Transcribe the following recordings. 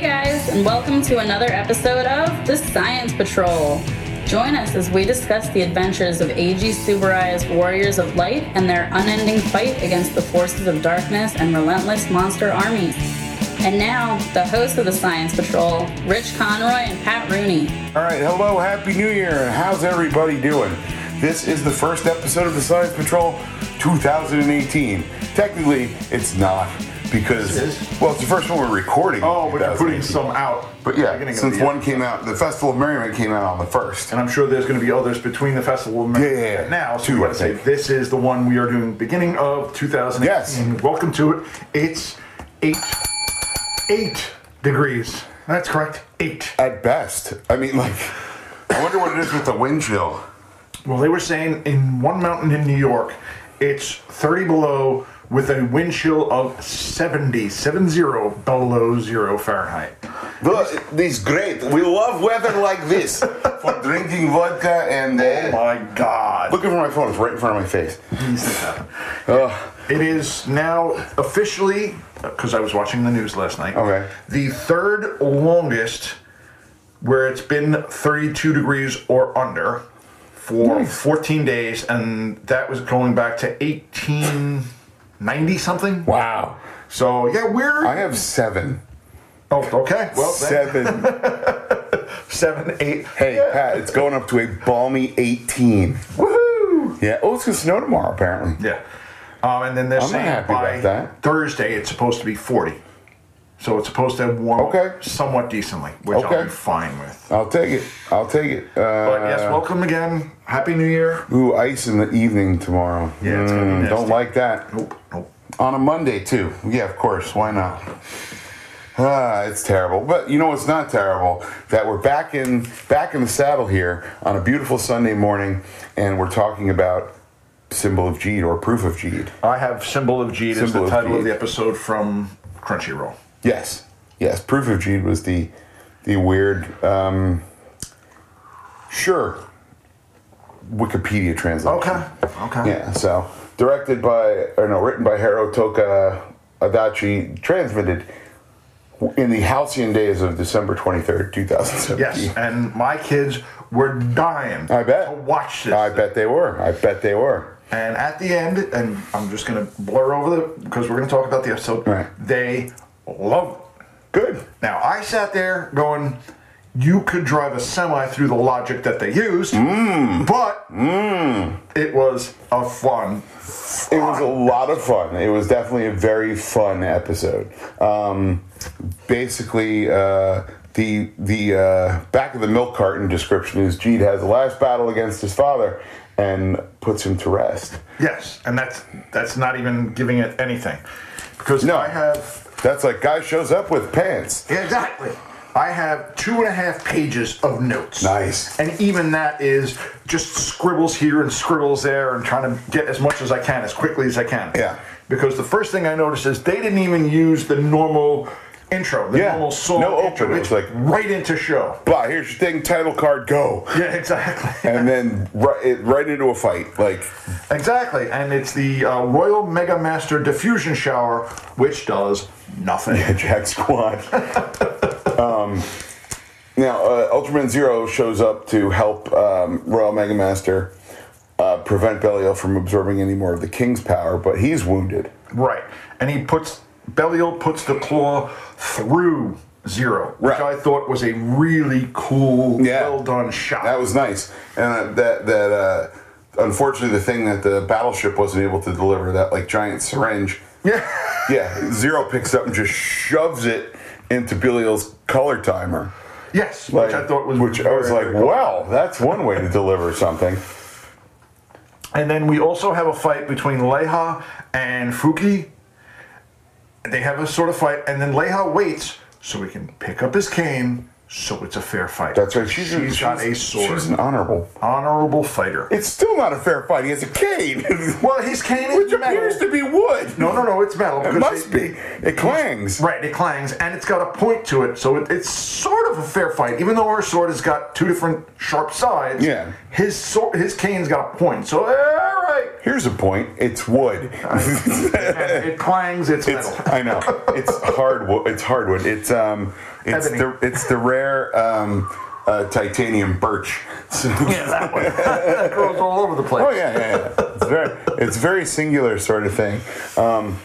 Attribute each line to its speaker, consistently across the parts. Speaker 1: and welcome to another episode of The Science Patrol. Join us as we discuss the adventures of A.G. Subarai as warriors of light and their unending fight against the forces of darkness and relentless monster armies. And now, the hosts of The Science Patrol, Rich Conroy and Pat Rooney.
Speaker 2: All right, hello, happy new year, and how's everybody doing? This is the first episode of the Science Patrol 2018. Technically, it's not because well, it's the first one we're recording.
Speaker 3: Oh, but you're putting
Speaker 2: 2018.
Speaker 3: some out.
Speaker 2: But yeah,
Speaker 3: Beginning of
Speaker 2: since
Speaker 3: the year.
Speaker 2: one came out, the Festival of Merriment came out on the first.
Speaker 3: And I'm sure there's going to be others between the festival and
Speaker 2: Yeah, yeah, yeah.
Speaker 3: now. So
Speaker 2: Two,
Speaker 3: we
Speaker 2: I
Speaker 3: gotta say
Speaker 2: think.
Speaker 3: this is the one we are doing beginning of 2018.
Speaker 2: Yes.
Speaker 3: Welcome to it. It's eight, eight degrees. That's correct. Eight.
Speaker 2: At best, I mean, like, I wonder what it is with the wind chill.
Speaker 3: Well, they were saying in one mountain in New York, it's 30 below with a wind chill of 70, 70 below zero Fahrenheit.
Speaker 2: This this is great. We love weather like this for drinking vodka and.
Speaker 3: Oh
Speaker 2: Uh,
Speaker 3: my God.
Speaker 2: looking for my phone. It's right in front of my face. Ugh.
Speaker 3: It is now officially, because I was watching the news last night.
Speaker 2: Okay.
Speaker 3: The third longest where it's been 32 degrees or under for 14 days, and that was going back to 1890 something.
Speaker 2: wow.
Speaker 3: So yeah, we're
Speaker 2: I have seven.
Speaker 3: oh okay. Well, then,
Speaker 2: seven.
Speaker 3: seven, eight.
Speaker 2: Hey, Pat, it's going up to a balmy 18.
Speaker 3: Woohoo!
Speaker 2: Yeah. Oh, it's gonna snow tomorrow, apparently.
Speaker 3: Yeah. Um, and then they're
Speaker 2: not
Speaker 3: saying
Speaker 2: happy
Speaker 3: by
Speaker 2: about that.
Speaker 3: Thursday it's supposed to be 40. So it's supposed to warm up
Speaker 2: Okay.
Speaker 3: somewhat decently, which
Speaker 2: Okay.
Speaker 3: I'll be fine with.
Speaker 2: I'll take it. I'll take it. Uh,
Speaker 3: But yes, welcome again. Happy New Year.
Speaker 2: ooh, ice in the evening tomorrow. Mm,
Speaker 3: Yeah, it's gonna be nasty.
Speaker 2: Don't like that.
Speaker 3: Nope, nope.
Speaker 2: On a Monday too. Yeah, of course. Why not? Ah, it's terrible. But you know what's not terrible? That we're back in back in the saddle here on a beautiful Sunday morning, and we're talking about symbol of Jeed or proof of Jeed.
Speaker 3: I have Symbol of Jeed as
Speaker 2: Symbol
Speaker 3: the
Speaker 2: of
Speaker 3: title
Speaker 2: Jeed.
Speaker 3: of the episode from Crunchyroll.
Speaker 2: Yes, yes. Proof of Jeed was the the weird. Um, sure. Wikipedia translation.
Speaker 3: Okay, okay.
Speaker 2: Yeah. So directed by or no, written by Haro Toka Adachi, transmitted in the halcyon days of December twenty third, two thousand seventeen.
Speaker 3: Yes, and my kids were dying
Speaker 2: I bet.
Speaker 3: to watch this.
Speaker 2: I bet they were. I bet they were.
Speaker 3: And at the end, and I'm just going to blur over the, because we're going to talk about the episode,
Speaker 2: Right.
Speaker 3: they love it.
Speaker 2: Good.
Speaker 3: Now, I sat there going, you could drive a semi through the logic that they used, but it was a fun.
Speaker 2: It was a lot of fun. It was definitely a very fun episode. Um, basically, uh, the the uh, back of the milk carton description is Jeed has the last battle against his father and puts him to rest.
Speaker 3: Yes, and that's that's not even giving it anything, because
Speaker 2: No.
Speaker 3: I have
Speaker 2: That's like guy shows up with pants.
Speaker 3: yeah, exactly. I have two and a half pages of notes.
Speaker 2: Nice.
Speaker 3: And even that is just scribbles here and scribbles there and trying to get as much as I can as quickly as I can.
Speaker 2: Yeah.
Speaker 3: Because the first thing I noticed is they didn't even use the normal intro, the
Speaker 2: Yeah.
Speaker 3: normal song.
Speaker 2: No
Speaker 3: intro.
Speaker 2: open. It
Speaker 3: It's
Speaker 2: was like-
Speaker 3: right into show.
Speaker 2: Blah. Here's your thing. Title card. Go.
Speaker 3: Yeah, exactly.
Speaker 2: And then right, it, right into a fight. Like
Speaker 3: Exactly, and it's the uh, Royal Mega Master Diffusion Shower, which does nothing.
Speaker 2: Jack Squad. um, now, uh, Ultraman Zero shows up to help um, Royal Mega Master uh, prevent Belial from absorbing any more of the King's power, but he's wounded.
Speaker 3: Right. And he puts Belial puts the claw through Zero, which
Speaker 2: Right.
Speaker 3: I thought was a really cool,
Speaker 2: Yeah.
Speaker 3: well done shot.
Speaker 2: That was nice, and uh, that that uh, unfortunately the thing that the battleship wasn't able to deliver that like giant syringe.
Speaker 3: yeah.
Speaker 2: Yeah, Zero picks up and just shoves it into Belial's color timer.
Speaker 3: yes, which I thought was
Speaker 2: which I was
Speaker 3: very,
Speaker 2: like,
Speaker 3: very cool.
Speaker 2: wow, that's one way to deliver something.
Speaker 3: And then we also have a fight between Leha and Fuki. They have a sort of fight, and then Leha waits so he can pick up his cane. So it's a fair fight.
Speaker 2: That's right. She's,
Speaker 3: she's got a sword.
Speaker 2: She's an honorable.
Speaker 3: Honorable fighter.
Speaker 2: It's still not a fair fight. He has a cane,
Speaker 3: well, his cane is
Speaker 2: which
Speaker 3: metal.
Speaker 2: appears to be wood.
Speaker 3: no, no, no. It's metal.
Speaker 2: it
Speaker 3: because
Speaker 2: must
Speaker 3: they-
Speaker 2: be. It clangs.
Speaker 3: Right, it clangs, and it's got a point to it, so it, it's sort of a fair fight. Even though our sword has got two different sharp sides,
Speaker 2: Yeah.
Speaker 3: his sword, his cane's got a point. So all right,
Speaker 2: Here's a point. It's wood.
Speaker 3: And it clangs, it's,
Speaker 2: It's
Speaker 3: metal.
Speaker 2: I know. It's hardwood. It's hardwood. It's um. It's
Speaker 3: Ebony.
Speaker 2: the it's the rare um, uh, titanium birch. So-
Speaker 3: Yeah, that one. that grows all over the place.
Speaker 2: oh yeah, yeah, yeah. It's very it's very singular sort of thing. Um,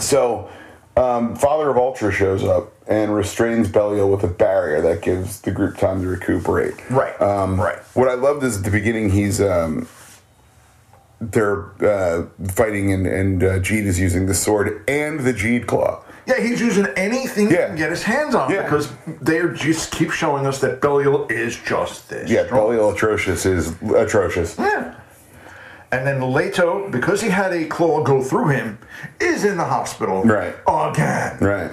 Speaker 2: so, um, Father of Ultra shows up and restrains Belial with a barrier that gives the group time to recuperate.
Speaker 3: Right.
Speaker 2: Um,
Speaker 3: right.
Speaker 2: What I loved is at the beginning he's um, they're uh, fighting and and uh, Jeed is using the sword and the Jeed claw.
Speaker 3: Yeah, he's using anything he
Speaker 2: Yeah.
Speaker 3: can get his hands on
Speaker 2: Yeah.
Speaker 3: because they are just keep showing us that Belial is just this.
Speaker 2: Yeah,
Speaker 3: strong.
Speaker 2: Belial atrocious is atrocious.
Speaker 3: Yeah. And then Leto, because he had a claw go through him, is in the hospital.
Speaker 2: Right.
Speaker 3: Again.
Speaker 2: Right.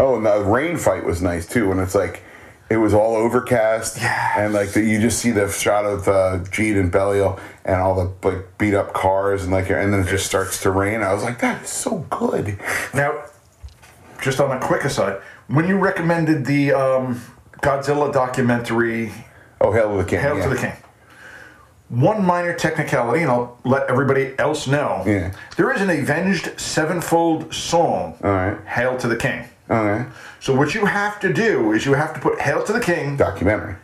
Speaker 2: Oh, and the rain fight was nice too. And it's like it was all overcast,
Speaker 3: Yes.
Speaker 2: and like the, you just see the shot of uh, Jeed and Belial and all the like beat up cars, and like and then it just starts to rain. I was like, that's so good.
Speaker 3: Now, just on a quick aside, when you recommended the um, Godzilla documentary,
Speaker 2: Oh, hell to the king!
Speaker 3: Hail
Speaker 2: yeah.
Speaker 3: to the King, one minor technicality, and I'll let everybody else know.
Speaker 2: Yeah.
Speaker 3: There is an Avenged Sevenfold song,
Speaker 2: All right.
Speaker 3: Hail to the King.
Speaker 2: Okay.
Speaker 3: So what you have to do is you have to put Hail to the King,
Speaker 2: Documentary.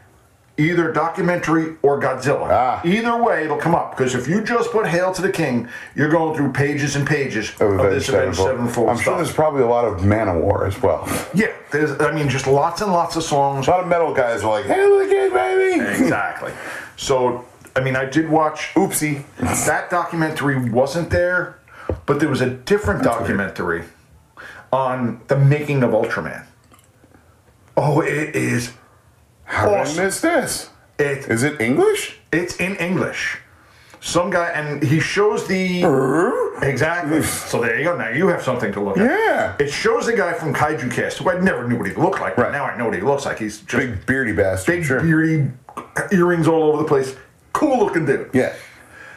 Speaker 3: either documentary or Godzilla.
Speaker 2: Ah.
Speaker 3: Either way, it'll come up because if you just put Hail to the King, you're going through pages and pages of, this Avenged Sevenfold
Speaker 2: I'm sure
Speaker 3: stuff.
Speaker 2: there's probably a lot of Manowar as well.
Speaker 3: yeah, there's I mean just lots and lots of songs.
Speaker 2: A lot of metal guys were like, "Hail to the king, baby!"
Speaker 3: exactly. So I mean, I did watch
Speaker 2: Oopsie.
Speaker 3: that documentary wasn't there, but there was a different documentary on the making of Ultraman. Oh, it is
Speaker 2: How did
Speaker 3: Awesome.
Speaker 2: I miss this?
Speaker 3: it
Speaker 2: Is it English?
Speaker 3: It's in English. Some guy, and he shows the. Exactly. So there you go. Now you have something to look at.
Speaker 2: Yeah.
Speaker 3: It shows the guy from Kaiju Cast, who I never knew what he looked like, but
Speaker 2: Right.
Speaker 3: now I know what he looks like. He's just big,
Speaker 2: Big beardy bastard. sure.
Speaker 3: beardy, earrings all over the place. Cool looking dude.
Speaker 2: Yeah.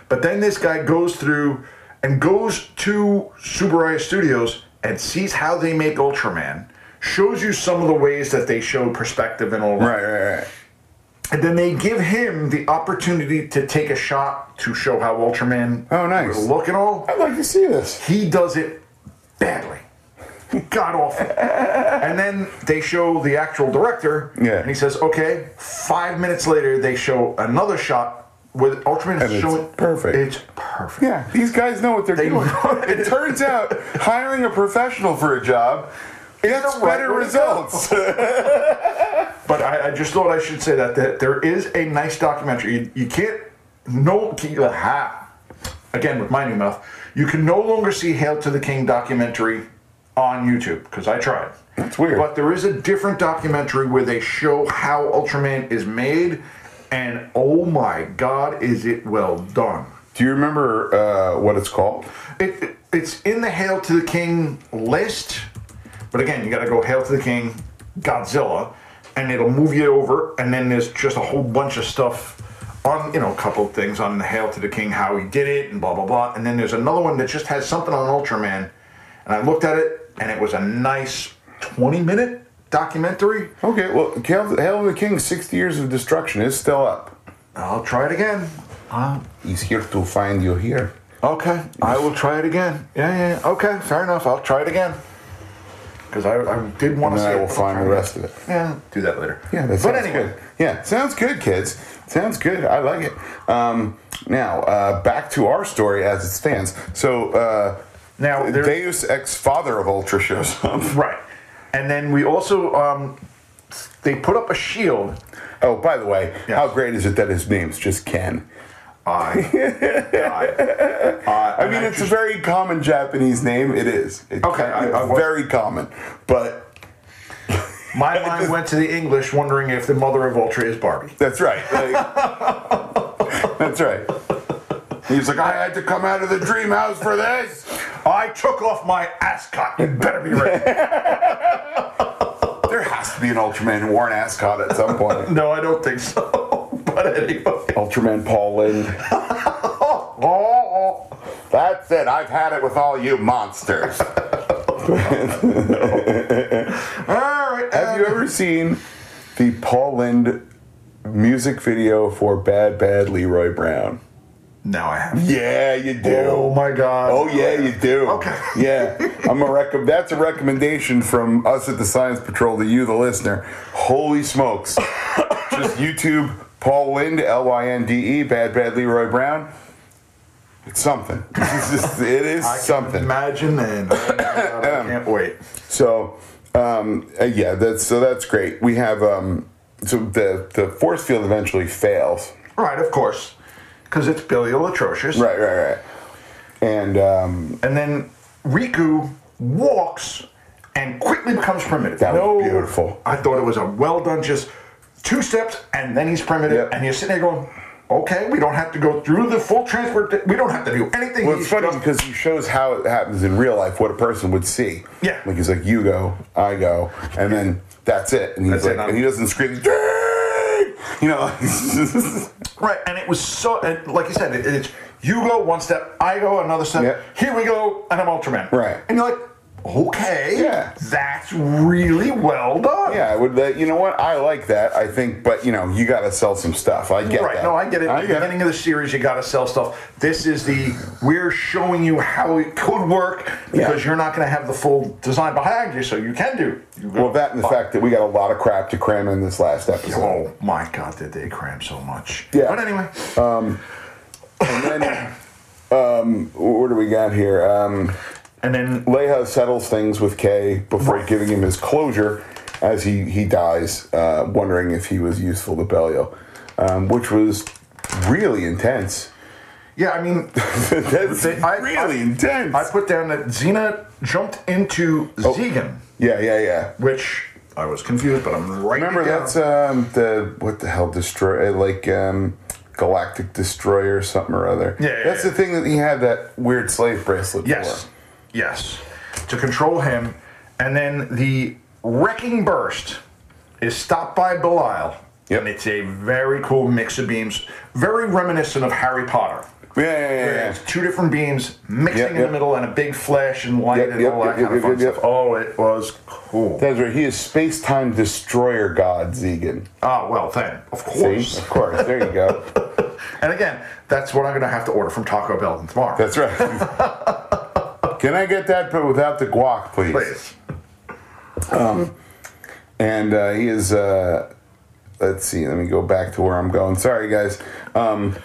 Speaker 3: But then this guy goes through and goes to Subaraya Studios and sees how they make Ultraman. Shows you some of the ways that they show perspective and all that.
Speaker 2: Right, right, right.
Speaker 3: And then they give him the opportunity to take a shot to show how Ultraman
Speaker 2: Oh, nice.
Speaker 3: would look and all.
Speaker 2: I'd like to see this.
Speaker 3: He does it badly. God awful. and then they show the actual director.
Speaker 2: Yeah.
Speaker 3: And he says, okay. Five minutes later, they show another shot with Ultraman
Speaker 2: And it's
Speaker 3: showing.
Speaker 2: perfect.
Speaker 3: It's perfect.
Speaker 2: Yeah, these guys know what they're
Speaker 3: They
Speaker 2: doing.
Speaker 3: know.
Speaker 2: it turns out hiring a professional for a job gets
Speaker 3: the right
Speaker 2: better
Speaker 3: way to go.
Speaker 2: results.
Speaker 3: But I, I just thought I should say that, that there is a nice documentary. You, you can't no ha again with my new mouth. You can no longer see Hail to the King documentary on YouTube because I tried.
Speaker 2: That's weird.
Speaker 3: But there is a different documentary where they show how Ultraman is made, and oh my God, is it well done!
Speaker 2: Do you remember uh, what it's called?
Speaker 3: It, it- it's in the Hail to the King list, but again, you got to go Hail to the King, Godzilla, and it'll move you over. And then there's just a whole bunch of stuff on, you know, a couple of things on the Hail to the King, how he did it, and blah blah blah. And then there's another one that just has something on Ultraman, and I looked at it, and it was a nice 20 minute documentary.
Speaker 2: Okay, well, Hail Hail to the King, 60 Years of Destruction is still up.
Speaker 3: I'll try it again. Uh,
Speaker 2: He's here to find you here.
Speaker 3: Okay, I will try it again. Yeah, yeah, yeah. Okay, fair enough. I'll try it again. Because I, I did want
Speaker 2: And
Speaker 3: to see
Speaker 2: then I
Speaker 3: it,
Speaker 2: will
Speaker 3: but I'll
Speaker 2: find
Speaker 3: try
Speaker 2: the
Speaker 3: it
Speaker 2: rest of it.
Speaker 3: Yeah, do that later.
Speaker 2: Yeah, that
Speaker 3: but
Speaker 2: sounds
Speaker 3: anyway,
Speaker 2: good. Yeah, sounds good, kids. Sounds good. I like it. Um, now, uh, back to our story as it stands. So, uh,
Speaker 3: Now, there-
Speaker 2: Deus ex father of Ultra shows up.
Speaker 3: right. And then we also um, they put up a shield.
Speaker 2: Oh, by the way,
Speaker 3: Yeah.
Speaker 2: how great is it that his name's just Ken?
Speaker 3: I, I,
Speaker 2: I mean, it's a very common Japanese name. It is. It-
Speaker 3: Okay, I- I was-
Speaker 2: very common. But
Speaker 3: my mind went to the English, wondering if the mother of Ultra is Barbie.
Speaker 2: that's right. Like, that's right. He's like, I had to come out of the dream house for this.
Speaker 3: I took off my ascot. You better be ready.
Speaker 2: There has to be an Ultraman Warren Ascot at some point.
Speaker 3: no, I don't think so. but anyway,
Speaker 2: Ultraman Paul Lind.
Speaker 3: oh,
Speaker 2: That's it. I've had it with all you monsters.
Speaker 3: all right.
Speaker 2: Have you ever seen the Paul Lind music video for Bad Bad Leroy Brown?
Speaker 3: Now I have.
Speaker 2: Yeah, you do.
Speaker 3: Oh my God.
Speaker 2: Oh yeah, you do.
Speaker 3: Okay.
Speaker 2: Yeah, I'm a rec. That's a recommendation from us at the Science Patrol to you, the listener. Holy smokes! Just YouTube Paul Lind, L Y N D E, Bad Bad Leroy Brown. It's something. It's just, it is
Speaker 3: I can
Speaker 2: something.
Speaker 3: Imagine and oh my God, I can't wait.
Speaker 2: So, um, uh, yeah, that's so that's great. We have um, so the the force field eventually fails.
Speaker 3: All right, of course, because it's Billial atrocious.
Speaker 2: Right, right, right. And um,
Speaker 3: And then Riku walks and quickly becomes primitive.
Speaker 2: That was beautiful.
Speaker 3: I thought it was a well done, just two steps, and then he's primitive.
Speaker 2: Yep.
Speaker 3: And you're sitting there going, okay, we don't have to go through the full transport. We don't have to do anything.
Speaker 2: Well, it's
Speaker 3: He's
Speaker 2: funny
Speaker 3: just-
Speaker 2: because he shows how it happens in real life, what a person would see.
Speaker 3: Yeah.
Speaker 2: Like he's like, you go, I go, and then that's it. And he's
Speaker 3: That's it,
Speaker 2: like,
Speaker 3: I'm-
Speaker 2: and he doesn't scream, "Dang!" you know.
Speaker 3: Right, and it was so, and like you said, it, it's you go one step, I go another step,
Speaker 2: Yep.
Speaker 3: here we go, and I'm Ultraman.
Speaker 2: Right.
Speaker 3: And you're like, okay,
Speaker 2: Yeah.
Speaker 3: that's really well done.
Speaker 2: yeah, I would. That, you know what? I like that. I think, but you know, you got to sell some stuff. I get
Speaker 3: Right,
Speaker 2: that.
Speaker 3: no, I get it. At
Speaker 2: I
Speaker 3: the
Speaker 2: get
Speaker 3: beginning
Speaker 2: it.
Speaker 3: of the series, you got to sell stuff. This is the we're showing you how it could work because
Speaker 2: Yeah.
Speaker 3: you're not going to have the full design behind you, so you can do. You go,
Speaker 2: Well, that and the fact that we got a lot of crap to cram in this last episode.
Speaker 3: Oh my God, did they cram so much?
Speaker 2: Yeah.
Speaker 3: But anyway,
Speaker 2: And then, um, what do we got here? Um,
Speaker 3: and then
Speaker 2: Leha settles things with Kay before
Speaker 3: Right.
Speaker 2: giving him his closure as he, he dies, uh, wondering if he was useful to Belial, um, which was really intense.
Speaker 3: yeah, I mean,
Speaker 2: That's
Speaker 3: They- I-
Speaker 2: really
Speaker 3: I-
Speaker 2: intense.
Speaker 3: I put down that Xena jumped into
Speaker 2: Oh.
Speaker 3: Zegan.
Speaker 2: yeah, yeah, yeah.
Speaker 3: which I was confused, but I'm right.
Speaker 2: Remember, that's um, the, what the hell, destroy, uh, like um, Galactic Destroyer or something or other.
Speaker 3: Yeah, yeah,
Speaker 2: That's
Speaker 3: yeah.
Speaker 2: the thing that he had that weird slave bracelet
Speaker 3: yes,
Speaker 2: for.
Speaker 3: yes, to control him, and then the wrecking burst is stopped by Belial,
Speaker 2: Yep.
Speaker 3: and it's a very cool mix of beams, very reminiscent of Harry Potter.
Speaker 2: Yeah, yeah, yeah. Oh, yeah.
Speaker 3: It's two different beams mixing
Speaker 2: Yep,
Speaker 3: in
Speaker 2: yep.
Speaker 3: the middle, and a big flash and light
Speaker 2: Yep,
Speaker 3: and
Speaker 2: yep,
Speaker 3: all that
Speaker 2: yep,
Speaker 3: kind
Speaker 2: yep,
Speaker 3: of fun
Speaker 2: yep, yep.
Speaker 3: stuff. Oh, it was cool.
Speaker 2: That's right. He is space time destroyer god, Zegan.
Speaker 3: Ah, well, then of
Speaker 2: See?
Speaker 3: course.
Speaker 2: Of course. There you go.
Speaker 3: And again, that's what I'm going to have to order from Taco Bell tomorrow.
Speaker 2: That's right. Can I get that, but without the guac, please?
Speaker 3: Please.
Speaker 2: And uh, he is. Uh, let's see. Let me go back to where I'm going. Sorry, guys. Um,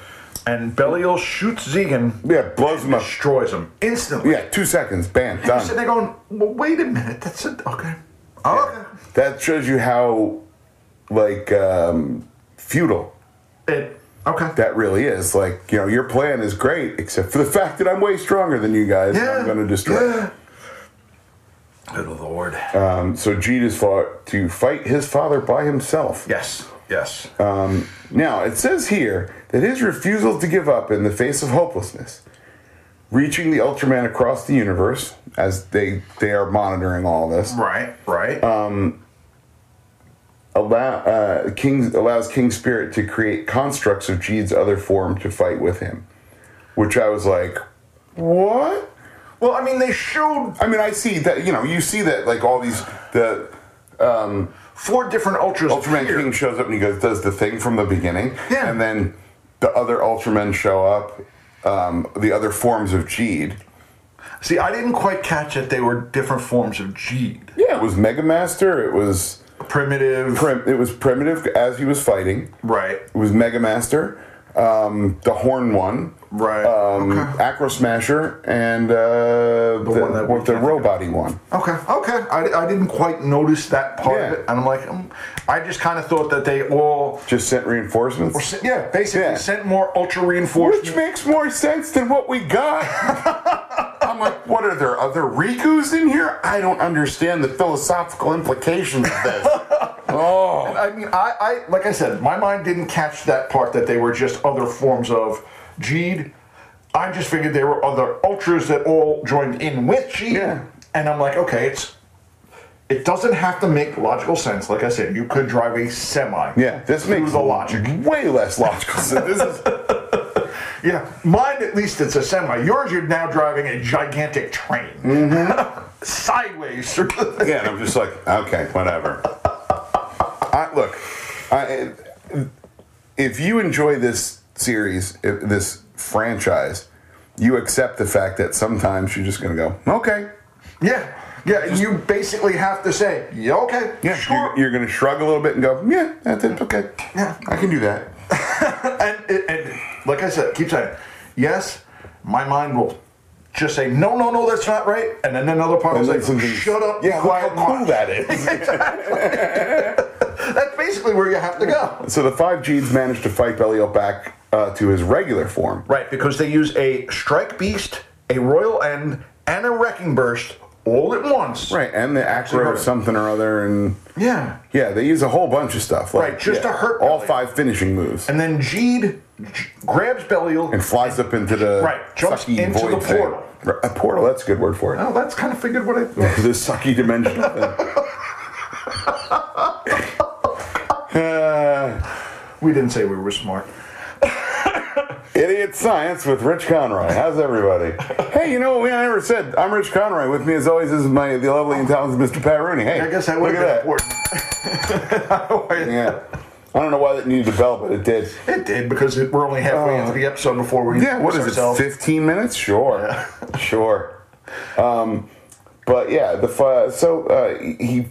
Speaker 3: And Belial shoots Zegan
Speaker 2: yeah, blows him up.
Speaker 3: destroys him instantly.
Speaker 2: Yeah, two seconds. Bam,
Speaker 3: You're
Speaker 2: done.
Speaker 3: sitting there going, well, wait a minute, that's it. Okay. Oh,
Speaker 2: That shows you how, like, um, futile
Speaker 3: okay. It, okay.
Speaker 2: that really is. Like, you know, your plan is great, except for the fact that I'm way stronger than you guys. and I'm going to destroy. it.
Speaker 3: Yeah. Good lord.
Speaker 2: Um, so Jeet is fought to fight his father by himself.
Speaker 3: yes, yes.
Speaker 2: uh, Now, it says here that his refusal to give up in the face of hopelessness, reaching the Ultraman across the universe, as they, they are monitoring all this,
Speaker 3: right, right.
Speaker 2: uh, allow, uh, King, allows King Spirit to create constructs of Jeed's other form to fight with him. Which I was like, what?
Speaker 3: well, I mean, they showed
Speaker 2: I mean, I see that, you know, you see that, like, all these, the
Speaker 3: four different Ultras
Speaker 2: Ultraman
Speaker 3: here.
Speaker 2: King shows up and he goes, does the thing from the beginning.
Speaker 3: Yeah.
Speaker 2: And then the other Ultramen show up, um, the other forms of Jeed.
Speaker 3: See, I didn't quite catch that they were different forms of Jeed.
Speaker 2: Yeah, it was Mega Master. It was
Speaker 3: Primitive.
Speaker 2: prim- it was primitive as he was fighting.
Speaker 3: right,
Speaker 2: It was Mega Master, um, the Horn one,
Speaker 3: right.
Speaker 2: um, Acro Smasher, and uh, the,
Speaker 3: one that we
Speaker 2: the
Speaker 3: can't think
Speaker 2: robot one.
Speaker 3: Okay, okay. I, I didn't quite notice that part of
Speaker 2: Yeah.
Speaker 3: it. And I'm like, um, I just kind of thought that they all,
Speaker 2: Just sent reinforcements,
Speaker 3: yeah, basically
Speaker 2: Yeah.
Speaker 3: sent more ultra
Speaker 2: which
Speaker 3: reinforcements.
Speaker 2: makes more sense than what we got. I'm like, what are there other Rikus in here? I don't understand the philosophical implications of this. oh,
Speaker 3: I mean, I, I, like I said, my mind didn't catch that part that they were just other forms of Jeed. I just figured there were other ultras that all joined in with Jeed.
Speaker 2: Yeah.
Speaker 3: And I'm like, okay, it's. It doesn't have to make logical sense. Like I said, you could drive a semi.
Speaker 2: yeah, this
Speaker 3: through
Speaker 2: makes
Speaker 3: the logic.
Speaker 2: way less logical sense. This is. Mm-hmm.
Speaker 3: Yeah, mine at least it's a semi. Yours, you're now driving a gigantic train
Speaker 2: Mm-hmm.
Speaker 3: sideways through the thing.
Speaker 2: Yeah, and I'm just like, okay, whatever. I, look, I, if you enjoy this series, if, this franchise, you accept the fact that sometimes you're just going to go, okay.
Speaker 3: Yeah. Yeah. and you basically have to say, yeah, okay.
Speaker 2: Yeah,
Speaker 3: Sure.
Speaker 2: you're, you're going to shrug a little bit and go, yeah, that's it, okay.
Speaker 3: Yeah.
Speaker 2: I can do that.
Speaker 3: and, and, and like I said, keep saying, yes, my mind will just say, no, no, no, that's not right. And then another part
Speaker 2: And
Speaker 3: is
Speaker 2: then
Speaker 3: like,
Speaker 2: something-
Speaker 3: shut up,
Speaker 2: Yeah, look
Speaker 3: quiet,
Speaker 2: how cool
Speaker 3: that.
Speaker 2: that is.
Speaker 3: That's basically where you have to go.
Speaker 2: so the five G's managed to fight Belial back uh, to his regular form.
Speaker 3: Right, because they use a strike beast, a royal end, and a wrecking burst all at once.
Speaker 2: Right, and the acro
Speaker 3: heard
Speaker 2: or
Speaker 3: it.
Speaker 2: something or other, and
Speaker 3: Yeah.
Speaker 2: yeah, they use a whole bunch of stuff. Like,
Speaker 3: Right, just
Speaker 2: yeah,
Speaker 3: to hurt
Speaker 2: all
Speaker 3: Belial.
Speaker 2: five finishing moves, and,
Speaker 3: And then Jeed j- grabs Belial.
Speaker 2: flies up into the
Speaker 3: Right, jumps
Speaker 2: sucky
Speaker 3: into
Speaker 2: void
Speaker 3: the
Speaker 2: thing.
Speaker 3: portal.
Speaker 2: Right, A portal. That's a good word for it.
Speaker 3: oh, that's kind of figured what I.
Speaker 2: the sucky dimension. uh,
Speaker 3: We didn't say we were smart.
Speaker 2: Idiot Science with Rich Conroy. How's everybody? Hey, you know what? We I never said. I'm Rich Conroy. With me, as always, is my the lovely and talented Mr. Pat Rooney. Hey,
Speaker 3: I guess that
Speaker 2: look
Speaker 3: would
Speaker 2: at
Speaker 3: have been
Speaker 2: that.
Speaker 3: important. Otherwise-
Speaker 2: Yeah, I don't know why that needed a bell, but it did.
Speaker 3: It did because it, we're only halfway into the episode before we
Speaker 2: Uh, Yeah, what
Speaker 3: introduce
Speaker 2: is it?
Speaker 3: ourselves.
Speaker 2: Fifteen minutes? Sure, sure. Um, but yeah, the fi- so uh, he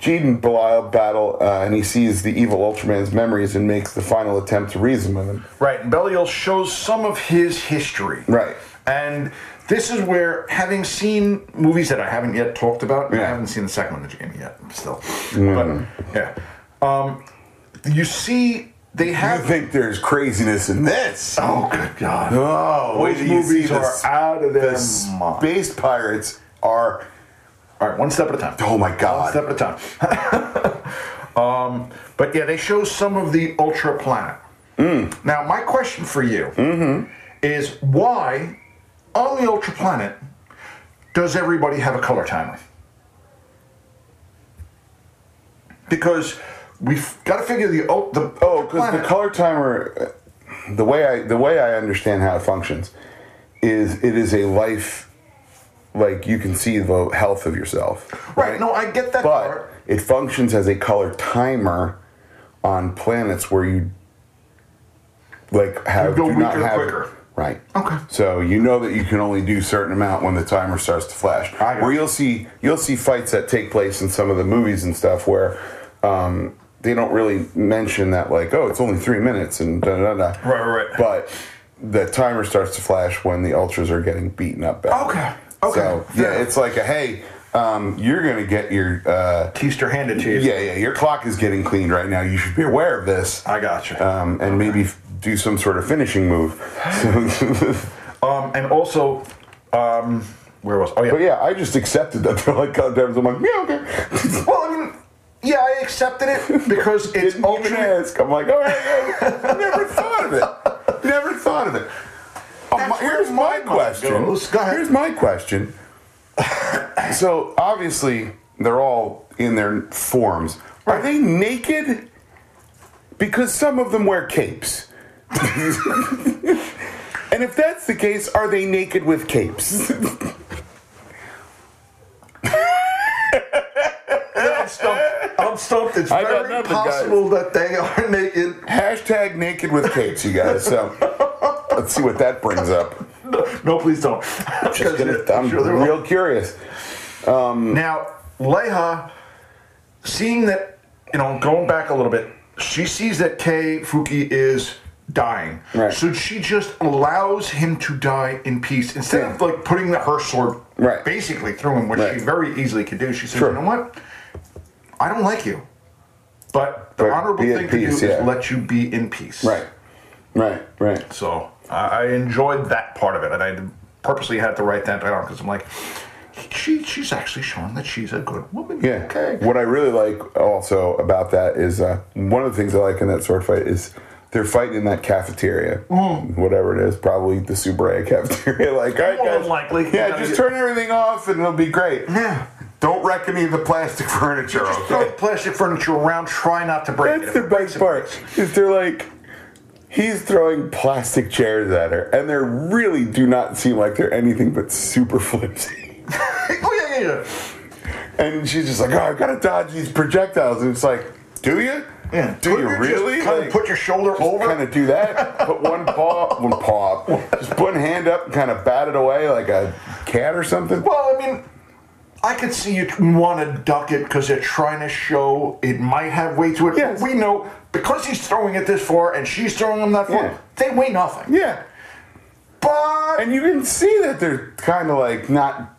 Speaker 2: Jeed and Belial battle, uh, and he sees the evil Ultraman's memories and makes the final attempt to reason with him.
Speaker 3: Right, and Belial shows some of his history.
Speaker 2: Right.
Speaker 3: And this is where, having seen movies that I haven't yet talked about, I
Speaker 2: Yeah. Mm.
Speaker 3: haven't seen the second one that you gave me yet, still. But, yeah. Um, you see, they
Speaker 2: You
Speaker 3: have.
Speaker 2: think there's craziness in this?
Speaker 3: oh, good God.
Speaker 2: Oh, wait
Speaker 3: Those
Speaker 2: till you see
Speaker 3: movies
Speaker 2: the
Speaker 3: are
Speaker 2: s-
Speaker 3: out of their
Speaker 2: The
Speaker 3: mind.
Speaker 2: space pirates are.
Speaker 3: All right, one step at a time.
Speaker 2: Oh my
Speaker 3: One
Speaker 2: god!
Speaker 3: step at a time. um, but yeah, they show some of the ultra planet.
Speaker 2: Mm.
Speaker 3: Now, my question for you
Speaker 2: Mm-hmm.
Speaker 3: is why on the ultra planet does everybody have a color timer? Because we've got to figure the ul- the
Speaker 2: Oh, because the
Speaker 3: planet-
Speaker 2: color timer, uh, the way I the way I understand how it functions, is it is a life, like you can see the health of yourself.
Speaker 3: right. No, I get that
Speaker 2: but
Speaker 3: part.
Speaker 2: it functions as a color timer on planets where you like have
Speaker 3: go
Speaker 2: do not
Speaker 3: weaker
Speaker 2: have
Speaker 3: quicker.
Speaker 2: right.
Speaker 3: Okay.
Speaker 2: So you know that you can only do a certain amount when the timer starts to flash.
Speaker 3: I got
Speaker 2: Where
Speaker 3: you.
Speaker 2: you'll see you'll see fights that take place in some of the movies and stuff where um, they don't really mention that like oh it's only three minutes and da da da. da.
Speaker 3: Right, right, right.
Speaker 2: But the timer starts to flash when the ultras are getting beaten up. Back.
Speaker 3: Okay, okay,
Speaker 2: So
Speaker 3: fair.
Speaker 2: yeah, it's like a hey, um, you're gonna get your. Uh,
Speaker 3: Keister handed to you.
Speaker 2: yeah, yeah. Your clock is getting cleaned right now. You should be aware of this.
Speaker 3: I got you.
Speaker 2: Um, and maybe f- do some sort of finishing move. So,
Speaker 3: Um, and also, um, where was? Oh yeah.
Speaker 2: but yeah, I just accepted that they're like color timers. I'm like, yeah, okay.
Speaker 3: Well, I mean, yeah, I accepted it because it's
Speaker 2: Didn't even
Speaker 3: ultra.
Speaker 2: ask. I'm like, all right, yeah, never thought of it. Never thought of it. Oh, my-
Speaker 3: That's where
Speaker 2: here's my
Speaker 3: my mind
Speaker 2: question.
Speaker 3: goes. Go ahead.
Speaker 2: Here's my question. So obviously they're all in their forms. Are
Speaker 3: Right.
Speaker 2: they naked? Because some of them wear capes. and if that's the case, are they naked with capes?
Speaker 3: I'm stumped. I'm stumped. It's
Speaker 2: I got
Speaker 3: very
Speaker 2: nothing,
Speaker 3: possible that they are naked.
Speaker 2: Hashtag naked with capes, you guys. So let's see what that brings up.
Speaker 3: No, please don't.
Speaker 2: Just
Speaker 3: 'Cause
Speaker 2: gonna, I'm
Speaker 3: sure they will.
Speaker 2: real curious. Mm.
Speaker 3: Now, Leha, seeing that, you know, going back a little bit, she sees that Kei Fuki is dying.
Speaker 2: Right.
Speaker 3: So she just allows him to die in peace instead of
Speaker 2: Yeah.
Speaker 3: like putting the, her sword
Speaker 2: Right.
Speaker 3: basically through him, which
Speaker 2: Right.
Speaker 3: she very easily could do. She says,
Speaker 2: Sure.
Speaker 3: you know what? I don't like you. But the
Speaker 2: But
Speaker 3: honorable
Speaker 2: be at
Speaker 3: thing to do
Speaker 2: peace,
Speaker 3: is
Speaker 2: yeah.
Speaker 3: let you be in peace.
Speaker 2: Right. Right, right.
Speaker 3: So I, I enjoyed that part of it, and I purposely had to write that down because I'm like, she she's actually showing that she's a good woman.
Speaker 2: Yeah.
Speaker 3: Okay.
Speaker 2: What I really like also about that is uh, one of the things I like in that sword fight is they're fighting in that cafeteria, whatever it is, probably the Subaraya cafeteria. like, all right,
Speaker 3: Mm-hmm. More than
Speaker 2: guys,
Speaker 3: likely. You
Speaker 2: yeah,
Speaker 3: gotta
Speaker 2: just
Speaker 3: get-
Speaker 2: turn everything off and it'll be great.
Speaker 3: Yeah.
Speaker 2: Don't wreck any of the plastic furniture.
Speaker 3: Throw
Speaker 2: Okay?
Speaker 3: plastic furniture around. Try not to break
Speaker 2: That's
Speaker 3: it.
Speaker 2: the best part. Is they're like. He's throwing plastic chairs at her, and they really do not seem like they're anything but super flimsy.
Speaker 3: oh yeah, yeah, yeah.
Speaker 2: And she's just like, oh, I gotta dodge these projectiles. And it's like, do you?
Speaker 3: Yeah.
Speaker 2: Do you really?
Speaker 3: kind
Speaker 2: Like,
Speaker 3: of put your shoulder over?
Speaker 2: kind of do that. Put one paw, one paw, up, just put one hand up and kind of bat it away like a cat or something.
Speaker 3: Well, I mean, I could see you want to duck it because they're trying to show it might have weight to it.
Speaker 2: Yes.
Speaker 3: We know because he's throwing it this far and she's throwing him that far,
Speaker 2: Yeah.
Speaker 3: they weigh nothing.
Speaker 2: Yeah,
Speaker 3: But
Speaker 2: and you can see that they're kind of like not.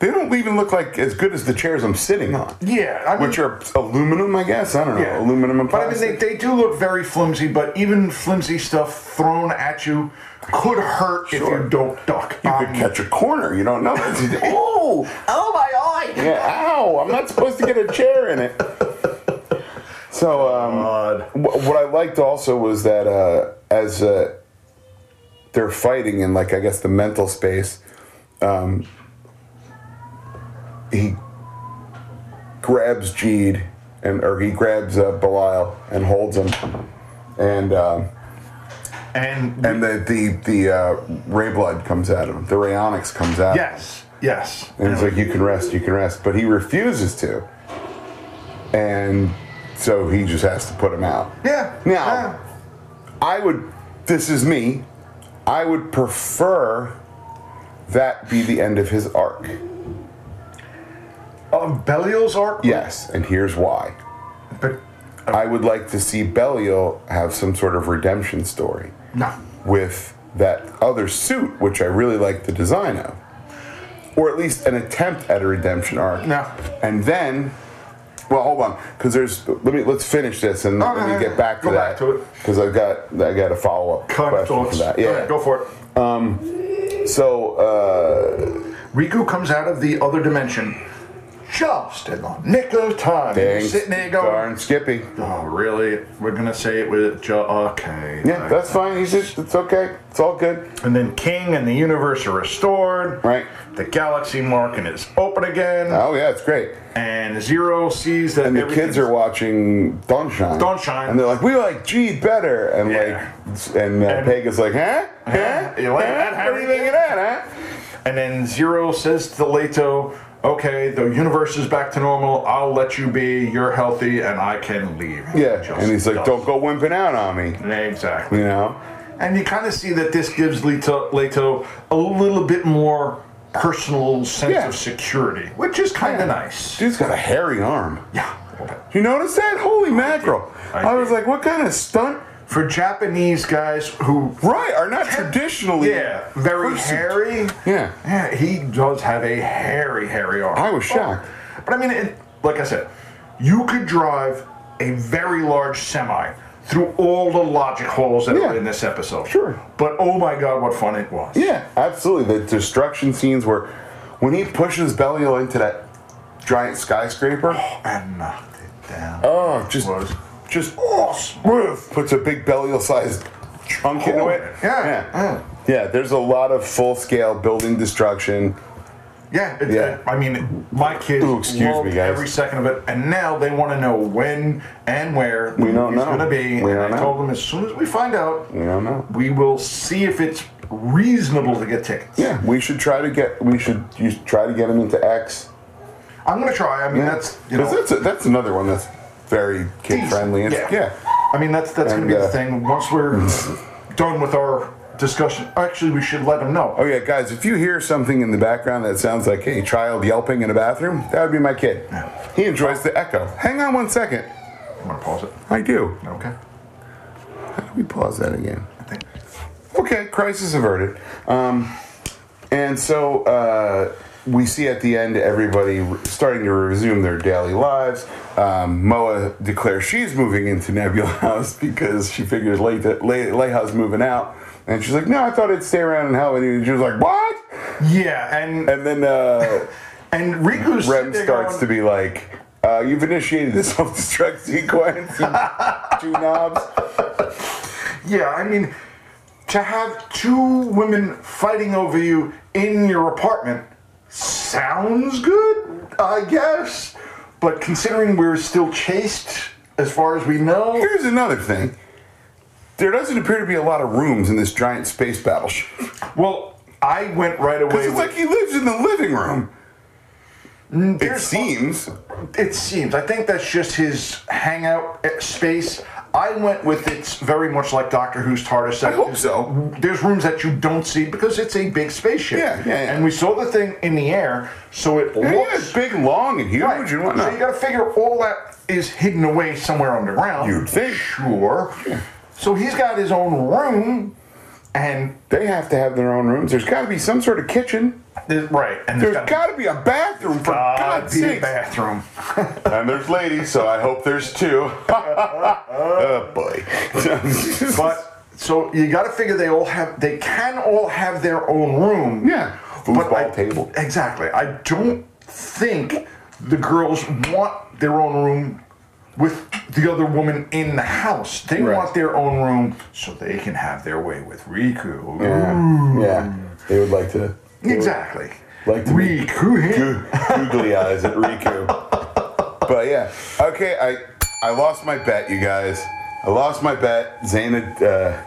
Speaker 2: They don't even look like as good as the chairs I'm sitting on.
Speaker 3: yeah, I mean,
Speaker 2: which are aluminum, I guess. I don't know,
Speaker 3: yeah.
Speaker 2: Uh, aluminum and
Speaker 3: But I
Speaker 2: plastic.
Speaker 3: mean, they, they do look very flimsy. But even flimsy stuff thrown at you could hurt if
Speaker 2: Sure.
Speaker 3: you don't duck.
Speaker 2: you
Speaker 3: Um,
Speaker 2: could catch a corner. You don't know. oh,
Speaker 3: Oh my eye!
Speaker 2: yeah, ow! I'm not supposed to get a chair in it. So, um,
Speaker 3: God.
Speaker 2: wh- what I liked also was that uh, as uh, they're fighting in, like, I guess the mental space, um, he grabs Jeed, and or he grabs uh, Belial and holds him, and. Um,
Speaker 3: And,
Speaker 2: And the the the uh, ray blood comes out of him. The rayonics comes out.
Speaker 3: yes, yes.
Speaker 2: And it's like you can rest, you can rest, but he refuses to. And so he just has to put him out.
Speaker 3: Yeah.
Speaker 2: Now,
Speaker 3: yeah.
Speaker 2: I would. This is me. I would prefer that be the end of his arc.
Speaker 3: Um, Belial's arc.
Speaker 2: Yes, and here's why.
Speaker 3: But
Speaker 2: I would like to see Belial have some sort of redemption story
Speaker 3: no.
Speaker 2: with that other suit, which I really like the design of, or at least an attempt at a redemption arc.
Speaker 3: No.
Speaker 2: And then, well, hold on, because there's. Let me let's finish this and
Speaker 3: Oh,
Speaker 2: let
Speaker 3: no,
Speaker 2: me
Speaker 3: no,
Speaker 2: get
Speaker 3: no.
Speaker 2: back to
Speaker 3: Go
Speaker 2: that.
Speaker 3: back to it.
Speaker 2: Because I got I got a follow up
Speaker 3: Kind
Speaker 2: question
Speaker 3: of thoughts.
Speaker 2: for that.
Speaker 3: Go
Speaker 2: Yeah.
Speaker 3: ahead, go for it.
Speaker 2: So uh,
Speaker 3: Riku comes out of the other dimension just in the nick of time. You're
Speaker 2: thanks,
Speaker 3: sitting there going,
Speaker 2: darn Skippy.
Speaker 3: oh, really? We're going to say it with ju- okay.
Speaker 2: Yeah, that's fine. He's just it's okay. It's all good.
Speaker 3: And then King and the universe are restored.
Speaker 2: Right.
Speaker 3: The galaxy marking is open again.
Speaker 2: Oh yeah, it's great.
Speaker 3: And Zero sees that
Speaker 2: And the
Speaker 3: everything's-
Speaker 2: kids are watching Don't Shine.
Speaker 3: Don't Shine.
Speaker 2: And they're like, we like Gee better. And
Speaker 3: Yeah.
Speaker 2: like, and, uh,
Speaker 3: And-
Speaker 2: Pega's like, huh? Huh?
Speaker 3: You like
Speaker 2: Huh? What
Speaker 3: that,
Speaker 2: do
Speaker 3: Harry?"
Speaker 2: you think of that, huh?
Speaker 3: And then Zero says to Leto, okay, the universe is back to normal. I'll let you be. You're healthy and I can leave.
Speaker 2: Yeah.
Speaker 3: Just
Speaker 2: and he's like,
Speaker 3: does.
Speaker 2: don't go wimping out on me.
Speaker 3: Exactly.
Speaker 2: You know?
Speaker 3: And you kind of see that this gives Leto, Leto a little bit more personal sense
Speaker 2: Yeah.
Speaker 3: of security, which is kind
Speaker 2: Yeah.
Speaker 3: of nice.
Speaker 2: Dude's got a hairy arm.
Speaker 3: Yeah.
Speaker 2: You notice that? Holy mackerel.
Speaker 3: I
Speaker 2: I, was
Speaker 3: did.
Speaker 2: like, what kind of stunt?
Speaker 3: For Japanese guys who,
Speaker 2: Right, are not traditionally.
Speaker 3: yeah, very
Speaker 2: person-
Speaker 3: hairy.
Speaker 2: Yeah.
Speaker 3: Yeah, he does have a hairy, hairy arm. Oh,
Speaker 2: I was shocked.
Speaker 3: But I mean, it, like I said, you could drive a very large semi through all the logic holes that
Speaker 2: Yeah.
Speaker 3: are in this episode.
Speaker 2: Sure.
Speaker 3: But oh my god, what fun it was.
Speaker 2: Yeah, absolutely. The destruction scenes where when he pushes Belial into that giant skyscraper.
Speaker 3: And knocked Oh, it down.
Speaker 2: Oh, just
Speaker 3: Was.
Speaker 2: just
Speaker 3: Awesome.
Speaker 2: woof, puts a big belial sized chunk into it.
Speaker 3: Yeah,
Speaker 2: yeah. Yeah, there's a lot of full scale building destruction.
Speaker 3: Yeah, it,
Speaker 2: Yeah.
Speaker 3: I mean, my kids
Speaker 2: Ooh, excuse me,
Speaker 3: loved
Speaker 2: guys.
Speaker 3: every second of it, and now they want to know when and where
Speaker 2: We don't
Speaker 3: it's
Speaker 2: know.
Speaker 3: going to be.
Speaker 2: We
Speaker 3: and
Speaker 2: don't
Speaker 3: I
Speaker 2: know.
Speaker 3: told them as soon as we find out,
Speaker 2: You don't know.
Speaker 3: we will see if it's reasonable to get tickets.
Speaker 2: Yeah, we should try to get we should you should try to get him into X.
Speaker 3: I'm going to try. I mean, that's you know,
Speaker 2: 'Cause that's a, that's another one that's very kid
Speaker 3: decent.
Speaker 2: friendly. It's,
Speaker 3: Yeah.
Speaker 2: yeah.
Speaker 3: I mean, that's that's going
Speaker 2: And,
Speaker 3: to be the
Speaker 2: uh,
Speaker 3: thing. Once we're done with our discussion, actually, we should let them know.
Speaker 2: Oh yeah, guys, if you hear something in the background that sounds like a child yelping in a bathroom, that would be my kid. He enjoys the echo. Hang on one second.
Speaker 3: I'm going to pause it.
Speaker 2: I do.
Speaker 3: Okay.
Speaker 2: How do we pause that again?
Speaker 3: I think.
Speaker 2: Okay, crisis averted. Um, and so uh, we see at the end everybody re- starting to resume their daily lives. Um, Moa declares she's moving into Nebula House because she figures Lay- Lay- Layha's moving out. And she's like, no, I thought I'd stay around and help. And she was like, what?
Speaker 3: Yeah, and
Speaker 2: And then uh,
Speaker 3: and Riku's
Speaker 2: Rem
Speaker 3: sitting there
Speaker 2: starts
Speaker 3: going,
Speaker 2: to be like, uh, you've initiated the self-destruct sequence. And two knobs.
Speaker 3: Yeah, I mean, to have two women fighting over you in your apartment sounds good, I guess. But considering we're still chased, as far as we know,
Speaker 2: Here's another thing. There doesn't appear to be a lot of rooms in this giant space battleship.
Speaker 3: well, I went right away.
Speaker 2: Because
Speaker 3: With,
Speaker 2: it's like he lives in the living room. It seems.
Speaker 3: It seems. I think that's just his hangout eh, space. I went with it's very much like Doctor Who's TARDIS. I
Speaker 2: hope so.
Speaker 3: There's rooms that you don't see because it's a big spaceship.
Speaker 2: Yeah, yeah, yeah.
Speaker 3: And we saw the thing in the air, so it
Speaker 2: Yeah, it's
Speaker 3: looks
Speaker 2: big, long, and huge,
Speaker 3: Right.
Speaker 2: and whatnot.
Speaker 3: So you got to figure all that is hidden away somewhere underground.
Speaker 2: You'd think.
Speaker 3: Sure. So he's got his own room, and
Speaker 2: they have to have their own rooms. There's got to be some sort of kitchen.
Speaker 3: there's, right, and
Speaker 2: There's
Speaker 3: gotta
Speaker 2: got to be a bathroom, for God's
Speaker 3: be a
Speaker 2: sake.
Speaker 3: bathroom.
Speaker 2: And there's ladies, so I hope there's two. oh, boy.
Speaker 3: But so you got to figure they all have they can all have their own room.
Speaker 2: Yeah.
Speaker 3: but
Speaker 2: Foosball
Speaker 3: I-
Speaker 2: table.
Speaker 3: Exactly. I don't think the girls want their own room with the other woman in the house. They
Speaker 2: Right.
Speaker 3: want their own room so they can have their way with Riku.
Speaker 2: yeah. yeah. They would like to. they would
Speaker 3: Exactly.
Speaker 2: Like to be
Speaker 3: Riku. here.
Speaker 2: goo- googly eyes at Riku. But yeah. Okay, I I lost my bet, you guys. I lost my bet. Zayn uh,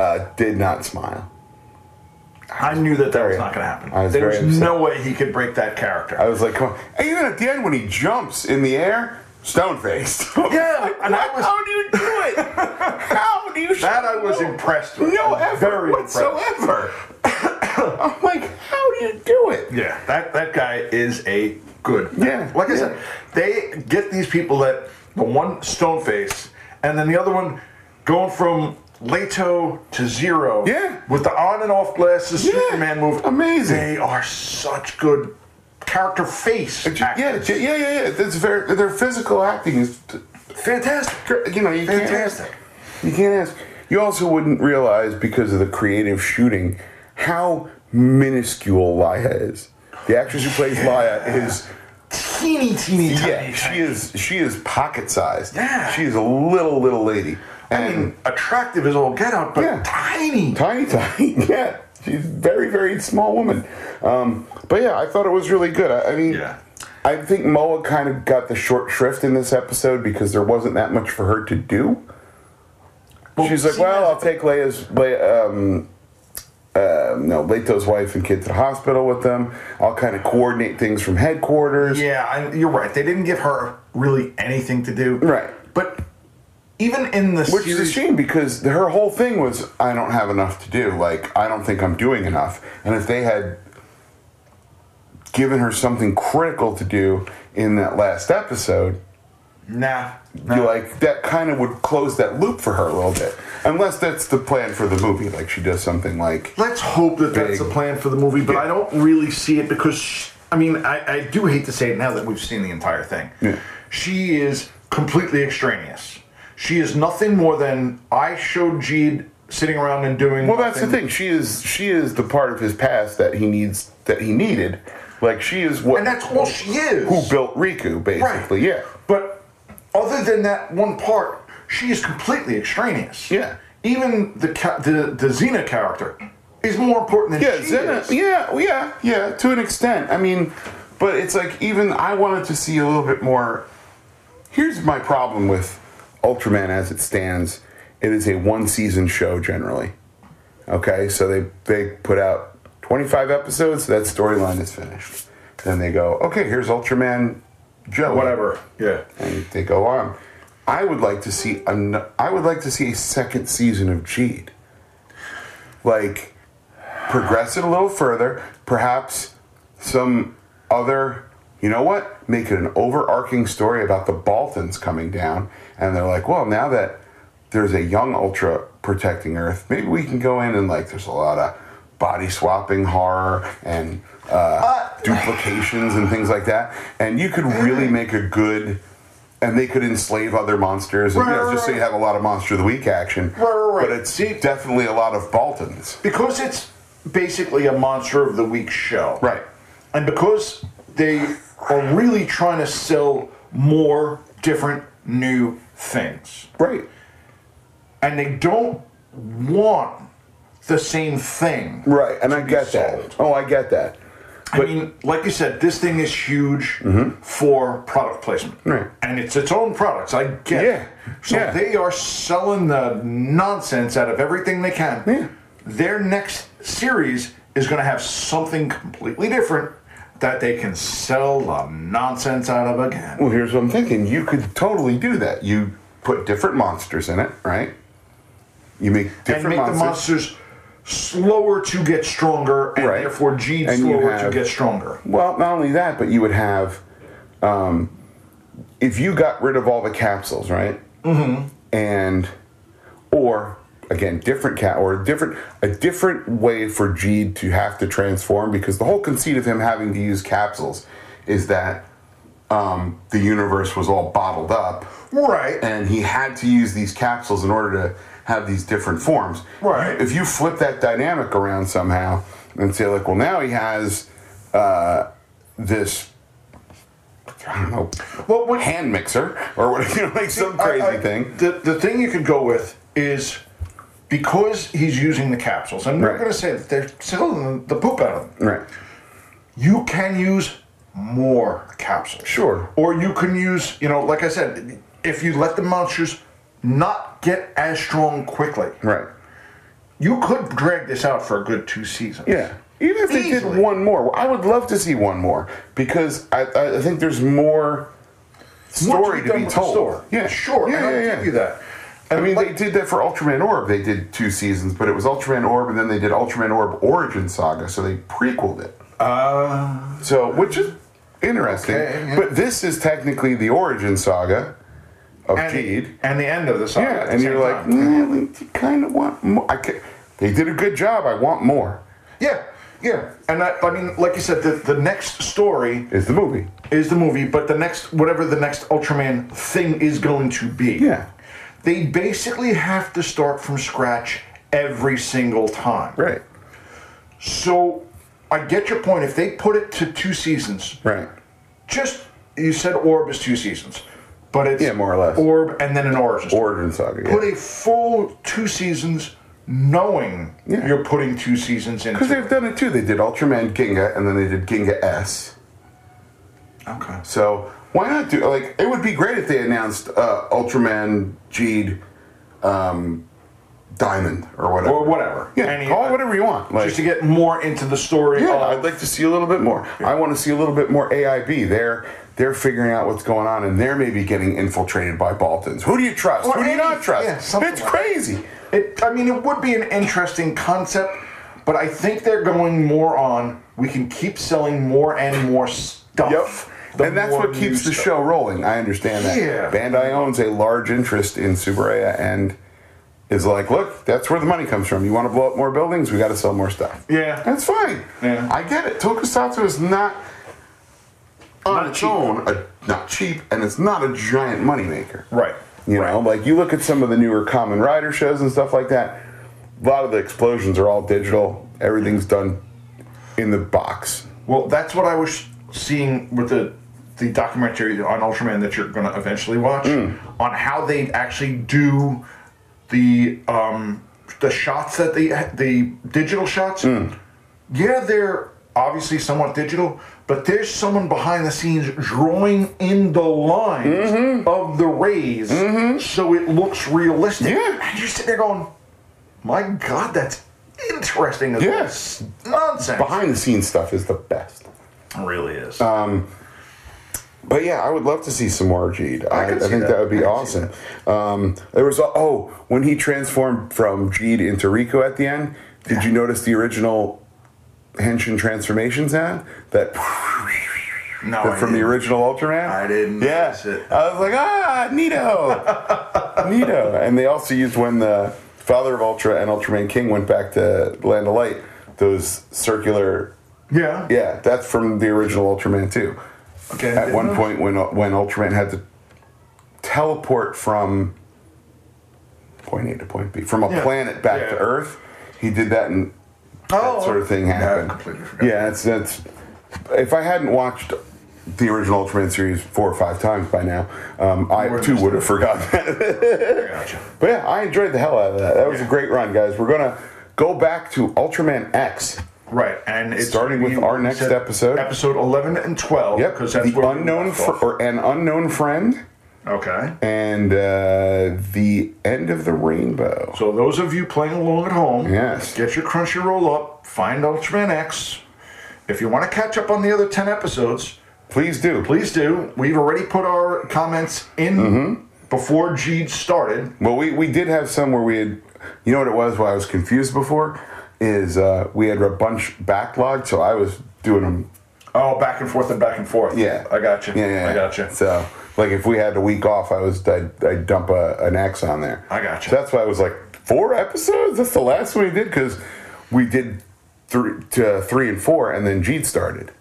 Speaker 2: uh, did not smile.
Speaker 3: I knew that that
Speaker 2: Very-
Speaker 3: was not going to happen.
Speaker 2: I was
Speaker 3: there
Speaker 2: very
Speaker 3: was no way he could break that character.
Speaker 2: I was like, come on. And even at the end when he jumps in the air, stone faced.
Speaker 3: Yeah, and I was-
Speaker 2: how do you do it? how do you
Speaker 3: that I was
Speaker 2: no-
Speaker 3: impressed with.
Speaker 2: No
Speaker 3: I was
Speaker 2: effort whatsoever. I'm like, how do you do it?
Speaker 3: Yeah, that that guy is a good.
Speaker 2: Yeah,
Speaker 3: like I
Speaker 2: yeah.
Speaker 3: said, they get these people that the one stone face, and then the other one going from Leto to zero.
Speaker 2: Yeah.
Speaker 3: with the on and off glasses,
Speaker 2: Yeah,
Speaker 3: Superman move.
Speaker 2: amazing.
Speaker 3: They are such good character face.
Speaker 2: Yeah,
Speaker 3: actors.
Speaker 2: j- yeah, yeah, yeah. It's very their physical acting is,
Speaker 3: fantastic.
Speaker 2: you know, you can't ask-
Speaker 3: Fantastic.
Speaker 2: You can't ask. You also wouldn't realize because of the creative shooting how minuscule Laya is. The actress who plays Laya is
Speaker 3: Teeny, teeny, tiny.
Speaker 2: yeah, she
Speaker 3: tiny.
Speaker 2: is she is pocket sized.
Speaker 3: Yeah.
Speaker 2: she is a little little lady.
Speaker 3: I mean, attractive as all get out, but
Speaker 2: Yeah.
Speaker 3: tiny.
Speaker 2: tiny, tiny. Yeah, she's very, very small woman. Um, but yeah, I thought it was really good. I, I mean,
Speaker 3: Yeah.
Speaker 2: I think Moa kind of got the short shrift in this episode because there wasn't that much for her to do. She's like,
Speaker 3: see,
Speaker 2: well,
Speaker 3: that's-
Speaker 2: I'll take Leia's, Le- um, uh, no, Leto's wife and kid to the hospital with them. I'll kind of coordinate things from headquarters.
Speaker 3: Yeah, I, you're right. They didn't give her really anything to do.
Speaker 2: Right.
Speaker 3: But even in the
Speaker 2: Which
Speaker 3: series,
Speaker 2: is a shame because her whole thing was, I don't have enough to do. Like, I don't think I'm doing enough. And if they had given her something critical to do in that last episode,
Speaker 3: nah,
Speaker 2: you
Speaker 3: nah.
Speaker 2: like that kind of would close that loop for her a little bit. Unless that's the plan for the movie. Like, she does something like.
Speaker 3: Let's hope that that's
Speaker 2: Big.
Speaker 3: the plan for the movie, but
Speaker 2: Yeah.
Speaker 3: I don't really see it because sh I mean, I, I do hate to say it now that we've seen the entire thing.
Speaker 2: Yeah.
Speaker 3: She is completely extraneous. She is nothing more than I showed Jeed sitting around and doing.
Speaker 2: Well, that's the
Speaker 3: nothing.
Speaker 2: thing. She is she is the part of his past that he needs that he needed. Like she is what
Speaker 3: and that's all she is.
Speaker 2: who built Riku, basically. Yeah,
Speaker 3: But other than that one part, she is completely extraneous.
Speaker 2: Yeah.
Speaker 3: Even the ca- the the Xena character is more important than
Speaker 2: yeah,
Speaker 3: she
Speaker 2: Zena.
Speaker 3: is.
Speaker 2: Yeah, yeah, yeah. To an extent, I mean, but it's like even I wanted to see a little bit more. Here's my problem with Ultraman as it stands. It is a one season show generally. Okay, so they they put out 25 episodes. That storyline is finished. Then they go, okay, here's Ultraman Joe.
Speaker 3: Whatever. Yeah.
Speaker 2: and they go on. I would like to see an, I would like to see a second season of Jeed. Like progress it a little further, perhaps some other you know what? Make it an overarching story about the Baltans coming down and they're like, "Well, now that there's a young Ultra protecting Earth, maybe we can go in and like there's a lot of body swapping horror and uh, duplications and things like that. And you could really make a good and they could enslave other monsters and you know,
Speaker 3: Right,
Speaker 2: just so you
Speaker 3: right.
Speaker 2: have a lot of monster of the week action.
Speaker 3: Right, right, right.
Speaker 2: But it's definitely a lot of Baltans.
Speaker 3: Because it's basically a monster of the week show.
Speaker 2: Right.
Speaker 3: And because they are really trying to sell more different new things.
Speaker 2: Right.
Speaker 3: And they don't want the same thing.
Speaker 2: Right. And I
Speaker 3: be
Speaker 2: get
Speaker 3: sold.
Speaker 2: that. Oh, I get that.
Speaker 3: I mean, like you said, this thing is huge for product placement,
Speaker 2: Mm-hmm. Right.
Speaker 3: And it's its own products. I get.
Speaker 2: Yeah.
Speaker 3: It. So
Speaker 2: Yeah.
Speaker 3: they are selling the nonsense out of everything they can.
Speaker 2: Yeah.
Speaker 3: Their next series is going to have something completely different that they can sell the nonsense out of again.
Speaker 2: Well, here's what I'm thinking. You could totally do that. You put different monsters in it, right? You make different
Speaker 3: and make
Speaker 2: monsters.
Speaker 3: the monsters slower to get stronger, and
Speaker 2: Right.
Speaker 3: therefore Gene
Speaker 2: And you
Speaker 3: slower
Speaker 2: have-
Speaker 3: to get stronger.
Speaker 2: Well, not only that, but you would have, um, if you got rid of all the capsules, right? Mm-hmm. And, or again, different cat or different a different way for Jeed to have to transform because the whole conceit of him having to use capsules is that um, the universe was all bottled up
Speaker 3: Right.
Speaker 2: and he had to use these capsules in order to have these different forms.
Speaker 3: Right.
Speaker 2: If you flip that dynamic around somehow and say, like, well, now he has uh, this, I don't know,
Speaker 3: Well, what-
Speaker 2: hand mixer or what, you know, like some crazy
Speaker 3: I- I-
Speaker 2: thing.
Speaker 3: The, the thing you could go with is because he's using the capsules, and we're
Speaker 2: Right.
Speaker 3: going to say that they're selling the poop out of them.
Speaker 2: Right.
Speaker 3: You can use more capsules.
Speaker 2: Sure.
Speaker 3: Or you can use, you know, like I said, if you let the monsters not get as strong quickly,
Speaker 2: Right.
Speaker 3: you could drag this out for a good two seasons.
Speaker 2: Yeah. Even if they did
Speaker 3: Easily.
Speaker 2: one more, I would love to see one more because I, I I think there's more story to be told.
Speaker 3: Yeah, sure.
Speaker 2: Yeah,
Speaker 3: and
Speaker 2: yeah,
Speaker 3: I'll
Speaker 2: yeah.
Speaker 3: give you that.
Speaker 2: I mean, they did that for Ultraman Orb. They did two seasons, but it was Ultraman Orb, and then they did Ultraman Orb Origin Saga, so they prequeled it.
Speaker 3: Uh,
Speaker 2: So, which is interesting.
Speaker 3: Okay, yeah.
Speaker 2: But this is technically the Origin Saga of
Speaker 3: and,
Speaker 2: Jeed.
Speaker 3: and the end of the song.
Speaker 2: Oh, Yeah, and you're like, "Nah, we kind of want more. I ca- they did a good job. I want more.
Speaker 3: Yeah, yeah. And I, I mean, like you said, the, the next story
Speaker 2: Is the movie?
Speaker 3: is the movie, but the next, whatever the next Ultraman thing is going to be.
Speaker 2: Yeah.
Speaker 3: They basically have to start from scratch every single time.
Speaker 2: Right.
Speaker 3: So I get your point. If they put it to two seasons,
Speaker 2: Right.
Speaker 3: just, you said Orb is two seasons, but it's.
Speaker 2: Yeah, more or less.
Speaker 3: Orb and then an origin. story.
Speaker 2: Origin Saga.
Speaker 3: Put
Speaker 2: yeah.
Speaker 3: a full two seasons knowing
Speaker 2: Yeah.
Speaker 3: you're putting two seasons into
Speaker 2: Because they've done it too. They did Ultraman Ginga, and then they did Ginga S.
Speaker 3: it. Okay.
Speaker 2: So why not do like it would be great if they announced uh, Ultraman Jeed um, Diamond or whatever.
Speaker 3: Or whatever.
Speaker 2: Yeah,
Speaker 3: Any-
Speaker 2: call it whatever you want. Like,
Speaker 3: just to get more into the story.
Speaker 2: yeah,
Speaker 3: of-
Speaker 2: I'd like to see a little bit more. I want to see a little bit more AIB. They're they're figuring out what's going on, and they're maybe getting infiltrated by Baltons. Who do you trust?
Speaker 3: Or
Speaker 2: Who do you not
Speaker 3: any-
Speaker 2: trust?
Speaker 3: yeah, something
Speaker 2: it's
Speaker 3: like that.
Speaker 2: crazy.
Speaker 3: It, I mean, it would be an interesting concept, but I think they're going more on. We can keep selling more and more stuff.
Speaker 2: Yep.
Speaker 3: the
Speaker 2: And that's
Speaker 3: more
Speaker 2: what
Speaker 3: new
Speaker 2: keeps the
Speaker 3: stuff.
Speaker 2: show rolling. I understand that.
Speaker 3: Yeah.
Speaker 2: Bandai owns a large interest in Subaraya and is like, look, that's where the money comes from. You want to blow up more buildings? We got to sell more stuff.
Speaker 3: Yeah.
Speaker 2: That's fine.
Speaker 3: Yeah.
Speaker 2: I get it. Tokusatsu is not on
Speaker 3: Not
Speaker 2: its
Speaker 3: cheap.
Speaker 2: own, a, not cheap, and it's not a giant moneymaker.
Speaker 3: Right.
Speaker 2: You know, like you look at some of the newer Common Rider shows and stuff like that, a lot of the explosions are all digital. Everything's done in the box.
Speaker 3: Well, that's what I was seeing with the the documentary on Ultraman that you're going to eventually watch
Speaker 2: Mm.
Speaker 3: on how they actually do the um, the shots that they the digital shots.
Speaker 2: Mm.
Speaker 3: Yeah, they're obviously somewhat digital, but there's someone behind the scenes drawing in the lines
Speaker 2: Mm-hmm.
Speaker 3: of the rays so it looks realistic.
Speaker 2: Yeah.
Speaker 3: And you're sitting there going, "My God, that's interesting." as
Speaker 2: Yeah.
Speaker 3: s- nonsense.
Speaker 2: Behind the scenes stuff is the best.
Speaker 3: really is.
Speaker 2: But yeah, I would love to see some more Jeed. I, I,
Speaker 3: could see
Speaker 2: think that,
Speaker 3: that.
Speaker 2: would be
Speaker 3: I could see
Speaker 2: awesome. Um, there was a, oh when he transformed from Jeed into Rico at the end. Did you notice the original Henshin transformations had that
Speaker 3: no, Oh, I
Speaker 2: from the
Speaker 3: didn't.
Speaker 2: original Ultraman?
Speaker 3: I didn't
Speaker 2: Yeah,
Speaker 3: notice it.
Speaker 2: I was like, ah, Nito, Nito, and they also used when the Father of Ultra and Ultraman King went back to Land of Light. Those circular,
Speaker 3: Yeah.
Speaker 2: yeah, that's from the original Ultraman too.
Speaker 3: Okay.
Speaker 2: at one point when when Ultraman had to teleport from point A to point B from a
Speaker 3: Yeah.
Speaker 2: planet back to
Speaker 3: Yeah.
Speaker 2: Earth, he did that and
Speaker 3: Oh,
Speaker 2: that sort of thing
Speaker 3: Yeah, I
Speaker 2: happened.
Speaker 3: completely forgot.
Speaker 2: Yeah, that's that's. If I hadn't watched the original Ultraman series four or five times by now, um, I
Speaker 3: More
Speaker 2: too
Speaker 3: than
Speaker 2: would have forgotten that.
Speaker 3: Gotcha.
Speaker 2: but yeah, I enjoyed the hell out of that. That was a
Speaker 3: Yeah.
Speaker 2: great run, guys. We're gonna go back to Ultraman X.
Speaker 3: Right, and it's
Speaker 2: Starting with
Speaker 3: you
Speaker 2: our next
Speaker 3: said
Speaker 2: episode.
Speaker 3: episode eleven and twelve.
Speaker 2: Yep,
Speaker 3: because Oh, that's
Speaker 2: the
Speaker 3: where we
Speaker 2: unknown
Speaker 3: left
Speaker 2: fr-
Speaker 3: off.
Speaker 2: or an unknown friend.
Speaker 3: okay.
Speaker 2: and uh, the end of the rainbow.
Speaker 3: So those of you playing along at home,
Speaker 2: Yes.
Speaker 3: get your Crunchyroll up, find Ultraman X, If you want to catch up on the other 10 episodes,
Speaker 2: Please do.
Speaker 3: please do. We've already put our comments in
Speaker 2: Mm-hmm.
Speaker 3: before Jeed started.
Speaker 2: Well, we, we did have some where we had, you know what it was, why I was confused before, is uh, we had a bunch backlogged, so I was doing them.
Speaker 3: Oh, back and forth and back and forth.
Speaker 2: Yeah,
Speaker 3: I got you.
Speaker 2: Yeah, yeah,
Speaker 3: I
Speaker 2: yeah.
Speaker 3: got you.
Speaker 2: So, like, if we had a week off, I was I'd, I'd dump a, an X on there.
Speaker 3: I got you.
Speaker 2: So that's why I was like, four episodes. That's the last one we did because we did three, to three and four, and then Jeet started.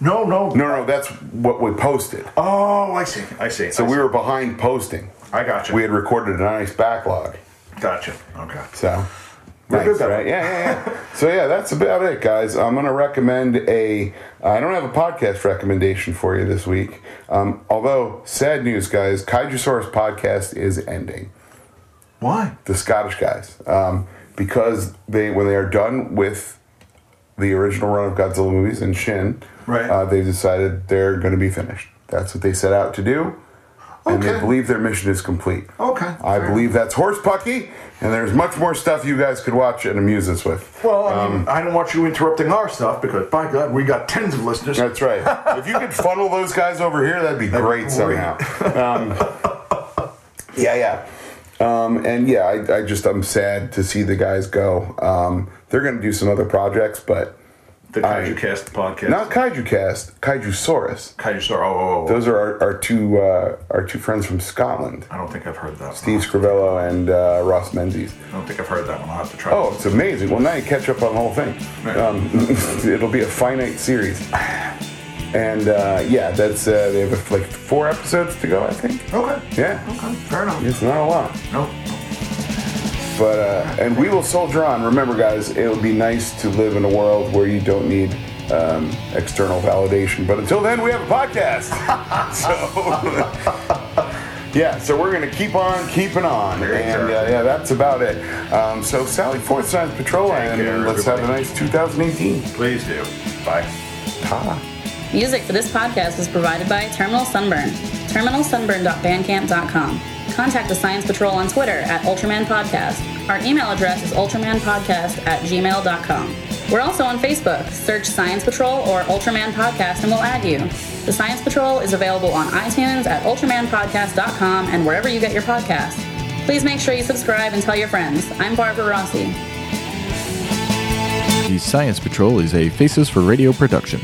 Speaker 3: No, no,
Speaker 2: No, no, that's what we posted.
Speaker 3: Oh, I see. I see.
Speaker 2: So
Speaker 3: I
Speaker 2: we
Speaker 3: see.
Speaker 2: were behind posting.
Speaker 3: I got you.
Speaker 2: We had recorded a nice backlog.
Speaker 3: Gotcha. Okay.
Speaker 2: So
Speaker 3: We're
Speaker 2: Thanks,
Speaker 3: good, though.
Speaker 2: right? Yeah, yeah, yeah. so yeah, that's about it, guys. I'm gonna recommend a. I don't have a podcast recommendation for you this week. Um, although sad news, guys, Kaijusaurus podcast is ending.
Speaker 3: Why?
Speaker 2: The Scottish guys, um, because they when they are done with the original run of Godzilla movies and Shin,
Speaker 3: Right.
Speaker 2: uh, they've decided they're going to be finished. That's what they set out to do. And they
Speaker 3: Okay.
Speaker 2: believe their mission is complete.
Speaker 3: Okay,
Speaker 2: I
Speaker 3: fair
Speaker 2: believe that's horse pucky, and there's much more stuff you guys could watch and amuse us with.
Speaker 3: Well, I,
Speaker 2: um,
Speaker 3: mean, I don't want you interrupting our stuff because, by God, we got tens of listeners.
Speaker 2: That's right. if you could funnel those guys over here, that'd be great,
Speaker 3: great.
Speaker 2: somehow. Um, yeah, yeah. Um, and yeah, I, I just I'm sad to see the guys go. Um, they're going to do some other projects, but
Speaker 3: The
Speaker 2: I-
Speaker 3: Kaiju Cast podcast.
Speaker 2: not Kaiju Cast, Kaiju Saurus.
Speaker 3: Kaiju Star. Oh, oh, oh.
Speaker 2: Those are our, our two uh, our two friends from Scotland,
Speaker 3: I don't think I've heard that.
Speaker 2: Steve Scrivello and uh, Ross Menzies.
Speaker 3: I don't think I've heard that one. I'll have to try.
Speaker 2: Oh, it's amazing. Well, now you catch up on the whole thing.
Speaker 3: Right.
Speaker 2: Um, it'll be a finite series. And uh, yeah, that's uh, they have like four episodes to go, I think.
Speaker 3: Okay.
Speaker 2: Yeah.
Speaker 3: Okay. Fair enough.
Speaker 2: It's not a lot,
Speaker 3: No.
Speaker 2: but uh, and we will soldier on. Remember, guys, it would be nice to live in a world where you don't need um, external validation. But until then, we have a podcast. so yeah, so we're gonna keep on keeping on,
Speaker 3: Very
Speaker 2: and uh,
Speaker 3: good.
Speaker 2: yeah, that's about it. Um, so Sally Forth signs patrol,
Speaker 3: Take
Speaker 2: and
Speaker 3: care,
Speaker 2: let's have a
Speaker 3: everybody.
Speaker 2: nice 2018.
Speaker 3: Please do. Bye.
Speaker 2: Ta.
Speaker 1: Music for this podcast is provided by Terminal Sunburn. TerminalSunburn.bandcamp.com. Contact the Science Patrol on Twitter at Ultraman Podcast. Our email address is ultramanpodcast at gmail.com. We're also on Facebook. Search Science Patrol or Ultraman Podcast and we'll add you. The Science Patrol is available on iTunes at ultramanpodcast.com and wherever you get your podcasts. Please make sure you subscribe and tell your friends. I'm Barbara Rossi.
Speaker 4: The Science Patrol is a Faces for Radio production.